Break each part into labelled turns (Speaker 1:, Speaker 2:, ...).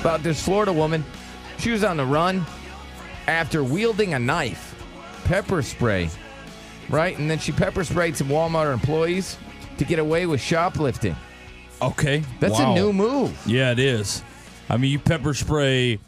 Speaker 1: About this Florida woman, she was on the run after wielding a knife, pepper spray, right? And then she pepper sprayed some Walmart employees to get away with shoplifting.
Speaker 2: Okay.
Speaker 1: That's
Speaker 2: Wow.
Speaker 1: a new move.
Speaker 2: Yeah, it is. I mean, you pepper spray.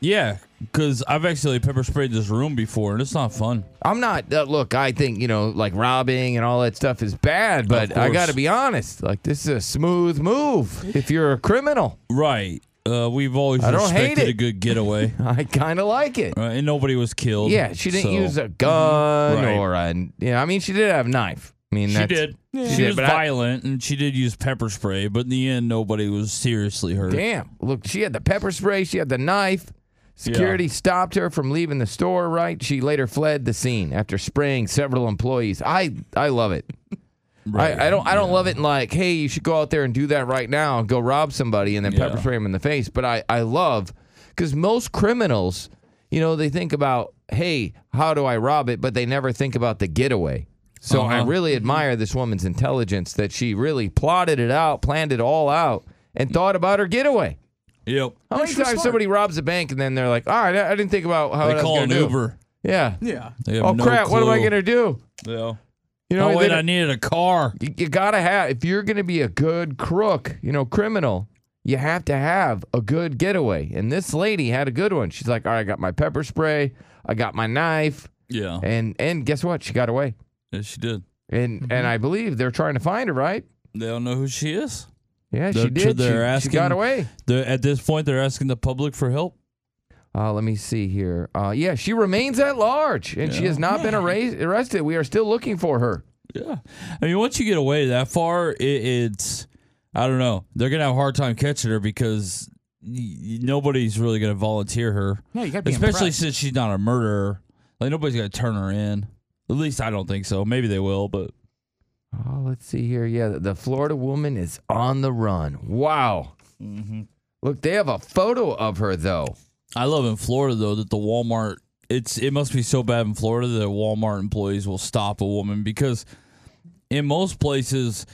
Speaker 2: Yeah, because I've actually pepper sprayed this room before, and it's not fun.
Speaker 1: I'm not, uh, look, I think, you know, like robbing and all that stuff is bad, but
Speaker 2: Of
Speaker 1: I
Speaker 2: course.
Speaker 1: got to be honest. Like, this is a smooth move if you're a criminal.
Speaker 2: Right. Uh, we've always
Speaker 1: I don't hate
Speaker 2: respected a
Speaker 1: it.
Speaker 2: good getaway,
Speaker 1: I kind of like it.
Speaker 2: uh, and nobody was killed.
Speaker 1: Yeah, she didn't
Speaker 2: so-
Speaker 1: use a gun
Speaker 2: Right.
Speaker 1: or a, yeah, I mean, she did have a knife. I mean,
Speaker 2: She
Speaker 1: that's,
Speaker 2: did. She,
Speaker 1: did,
Speaker 2: was
Speaker 1: but I-
Speaker 2: violent, and she did use pepper spray, but in the end, nobody was seriously hurt.
Speaker 1: Damn. Look, she had the pepper spray, she had the knife. Security stopped her from leaving the store, right? She later fled the scene after spraying several employees. I I love it.
Speaker 2: Right.
Speaker 1: I, I don't I don't love it in like, hey, you should go out there and do that right now and go rob somebody and then pepper
Speaker 2: Yeah.
Speaker 1: spray them in the face. But I, I love because most criminals, you know, they think about, hey, how do I rob it? But they never think about the getaway. So I
Speaker 2: Uh-huh.
Speaker 1: really admire this woman's intelligence that she really plotted it out, planned it all out, and thought about her getaway.
Speaker 2: Yep.
Speaker 1: How many times somebody robs a bank and then they're like, all right, I I didn't think about how
Speaker 2: They
Speaker 1: I was
Speaker 2: call
Speaker 1: gonna do.
Speaker 2: an Uber.
Speaker 1: Yeah.
Speaker 3: Yeah.
Speaker 2: They have
Speaker 1: Oh
Speaker 2: no
Speaker 1: crap! What am I
Speaker 2: clue.
Speaker 1: gonna do?
Speaker 2: Yeah.
Speaker 1: You know,
Speaker 2: oh
Speaker 1: they
Speaker 2: wait,
Speaker 1: don't-
Speaker 2: I needed a car.
Speaker 1: you, you gotta have if you're gonna be a good crook, you know, criminal, you have to have a good getaway. And this lady had a good one. She's like, all right, I got my pepper spray, I got my knife,
Speaker 2: Yeah.
Speaker 1: and and guess what? She got away.
Speaker 2: yeah, she did.
Speaker 1: And
Speaker 2: Mm-hmm.
Speaker 1: and I believe they're trying to find her, right?
Speaker 2: They don't know who she is.
Speaker 1: Yeah,
Speaker 2: They're
Speaker 1: she
Speaker 2: tr-
Speaker 1: did. She,
Speaker 2: they're
Speaker 1: she
Speaker 2: asking-
Speaker 1: got away.
Speaker 2: They're, at this point, they're asking the public for help.
Speaker 1: Uh, let me see here. Uh, yeah, she remains at large, and she has not been arra- arrested. We are still looking for her.
Speaker 2: Yeah. I mean, once you get away that far, it, it's, I don't know. They're going to have a hard time catching her because y- y- nobody's really going to volunteer her.
Speaker 3: Yeah, you gotta be
Speaker 2: Especially
Speaker 3: impressed.
Speaker 2: since she's not a murderer. Like, nobody's going to turn her in. At least I don't think so. Maybe they will, but
Speaker 1: Oh, let's see here. Yeah, the- the Florida woman is on the run. Wow.
Speaker 3: Mm-hmm.
Speaker 1: Look, they have a photo of her though.
Speaker 2: I love in Florida, though, that the Walmart, it's it must be so bad in Florida that Walmart employees will stop a woman because in most places,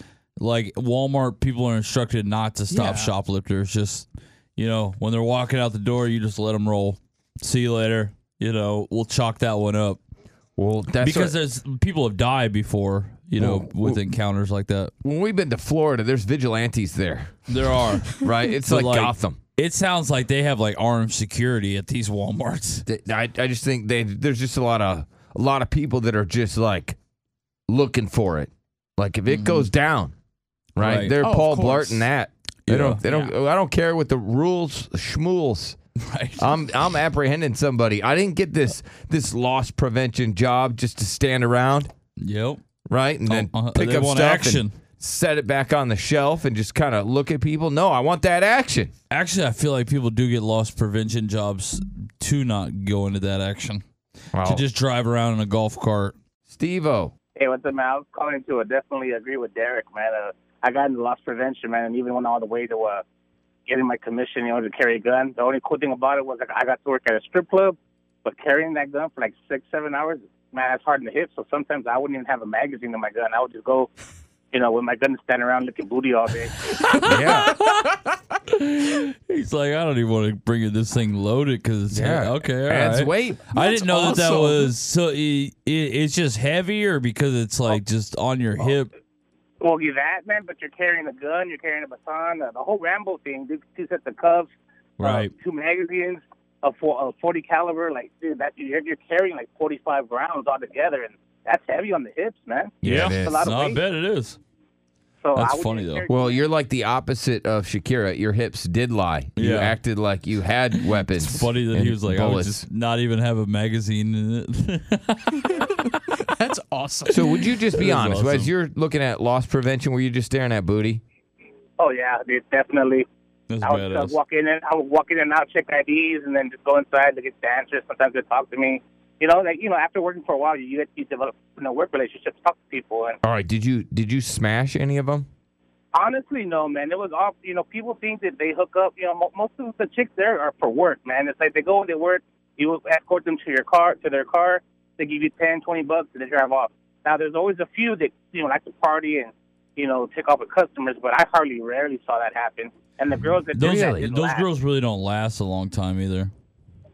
Speaker 2: like Walmart, people are instructed not to
Speaker 3: Yeah.
Speaker 2: stop shoplifters. Just, you know, when they're walking out the door, you just let them roll. See you later. You know, we'll chalk that one up
Speaker 1: Well, that's
Speaker 2: because
Speaker 1: because
Speaker 2: there's people have died before, you know,
Speaker 1: Well,
Speaker 2: with encounters like that.
Speaker 1: when we've been to Florida, there's vigilantes there,
Speaker 2: There are.
Speaker 1: right? It's
Speaker 2: But,
Speaker 1: like,
Speaker 2: like-
Speaker 1: Gotham.
Speaker 2: it sounds like they have like armed security at these Walmarts.
Speaker 1: Th- I, I just think they there's just a lot of a lot of people that are just like looking for it. Like if it goes down, right?
Speaker 2: Right.
Speaker 1: They're
Speaker 3: Mm-hmm. Oh, of
Speaker 1: Paul
Speaker 3: course.
Speaker 1: Blart and that. They
Speaker 2: Yeah.
Speaker 1: don't. They don't. I don't care what the rules schmools.
Speaker 2: Right.
Speaker 1: I'm I'm apprehending somebody. I didn't get this this loss prevention job just to stand around,
Speaker 2: Yep.
Speaker 1: right? And then
Speaker 2: Oh, uh-huh.
Speaker 1: pick
Speaker 2: They
Speaker 1: up
Speaker 2: want
Speaker 1: stuff and
Speaker 2: action.
Speaker 1: set it back on the shelf and just kind of look at people. No, I want that action.
Speaker 2: Actually, I feel like people do get lost prevention jobs to not go into that action.
Speaker 1: Oh.
Speaker 2: To just drive around in a golf cart.
Speaker 1: Steve-O.
Speaker 4: Hey, what's up, man? I was calling to uh, definitely agree with Derek, man. Uh, I got into loss prevention, man, and even went all the way to uh, getting my commission, you know, to carry a gun. The only cool thing about it was like, I got to work at a strip club, but carrying that gun for like six, seven hours, man, that's hard in the hip. So sometimes I wouldn't even have a magazine in my gun. I would just go, you know, with my gun standing around looking booty all day.
Speaker 1: Yeah.
Speaker 2: He's like, I don't even want to bring you this thing loaded because
Speaker 1: Yeah.
Speaker 2: okay, all
Speaker 1: Adds
Speaker 2: right.
Speaker 1: weight.
Speaker 2: I didn't know that that
Speaker 3: awesome.
Speaker 2: was so. i i it's just heavier because it's
Speaker 1: Oh.
Speaker 2: like just on your hip.
Speaker 4: Well, you that, man, but you're carrying a gun, you're carrying a baton, uh, the whole Rambo thing, dude, two sets of cuffs,
Speaker 2: Right.
Speaker 4: Uh, two magazines, a, four, a 40 caliber, like dude, that you're, you're carrying like 45 rounds all together, and that's heavy on the hips, man.
Speaker 1: Yeah, it
Speaker 4: a
Speaker 1: is.
Speaker 4: lot of
Speaker 2: No, I
Speaker 4: weight.
Speaker 2: bet it is.
Speaker 4: So
Speaker 2: That's
Speaker 4: I would
Speaker 2: funny,
Speaker 4: just
Speaker 2: though.
Speaker 4: carry-
Speaker 1: Well, you're like the opposite of Shakira. Your hips did lie. You
Speaker 2: Yeah.
Speaker 1: acted like you had weapons.
Speaker 2: It's funny that
Speaker 1: and
Speaker 2: he was like, I would
Speaker 1: bullets.
Speaker 2: just not even have a magazine in it.
Speaker 3: That's awesome.
Speaker 1: So would you just be
Speaker 2: is
Speaker 1: honest?
Speaker 2: awesome.
Speaker 1: As you're looking at loss prevention, were you just staring at booty?
Speaker 4: oh yeah, dude, definitely.
Speaker 2: That's
Speaker 4: I would
Speaker 2: badass.
Speaker 4: just walk in and I would walk in and out, check IDs, and then just go inside to get the answers. Sometimes they talk to me. You know, like you know, after working for a while, you get you develop you know work relationships, talk to people, and
Speaker 1: All right, did you did you smash any of them?
Speaker 4: honestly, no, man, it was all you know. People think that they hook up. You know, mo- most of the chicks there are for work, man. It's like they go and they work. You escort them to your car, to their car. They give you ten, twenty bucks, and they drive off. Now, there's always a few that you know like to party and you know take off with customers, but I hardly, rarely saw that happen. And the girls that
Speaker 2: Those,
Speaker 4: did that didn't
Speaker 2: those
Speaker 4: last.
Speaker 2: girls really don't last a long time either.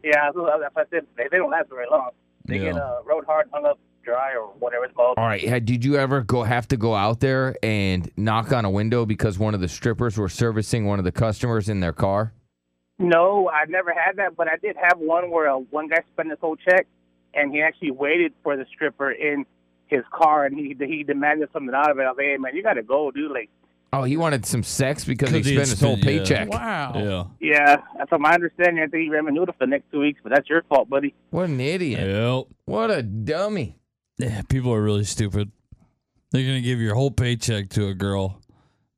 Speaker 4: Yeah, so that's what I said. They, they don't last very long. They
Speaker 2: Yeah.
Speaker 4: get uh, road hard, hung up, dry, or whatever it's called.
Speaker 1: All right, had- did you ever go have to go out there and knock on a window because one of the strippers were servicing one of the customers in their car?
Speaker 4: No, I've never had that, but I did have one where uh, one guy spent his whole check, and he actually waited for the stripper in his car, and he he demanded something out of it. I was like, "Hey, man, you got to go, dude!" Like,
Speaker 1: Oh, he wanted some sex because he
Speaker 2: Because he
Speaker 1: spent his whole
Speaker 2: spent- yeah.
Speaker 1: paycheck.
Speaker 3: Wow.
Speaker 2: Yeah.
Speaker 4: yeah, that's from my understanding. I think he ran noodle for the next two weeks, but that's your fault, buddy.
Speaker 1: What an idiot.
Speaker 2: Yep.
Speaker 1: What a dummy.
Speaker 2: Yeah, people are really stupid. They're gonna give your whole paycheck to a girl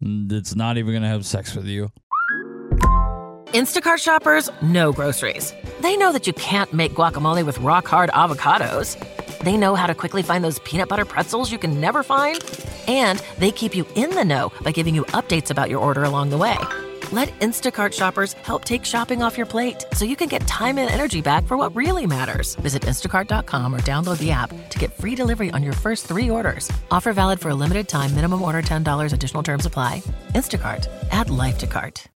Speaker 2: that's not even gonna have sex with you.
Speaker 5: Instacart shoppers know groceries. They know that you can't make guacamole with rock hard avocados. They know how to quickly find those peanut butter pretzels you can never find. And they keep you in the know by giving you updates about your order along the way. Let Instacart shoppers help take shopping off your plate so you can get time and energy back for what really matters. Visit instacart.com or download the app to get free delivery on your first three orders. Offer valid for a limited time, minimum order $10, additional terms apply. Instacart, add life to cart.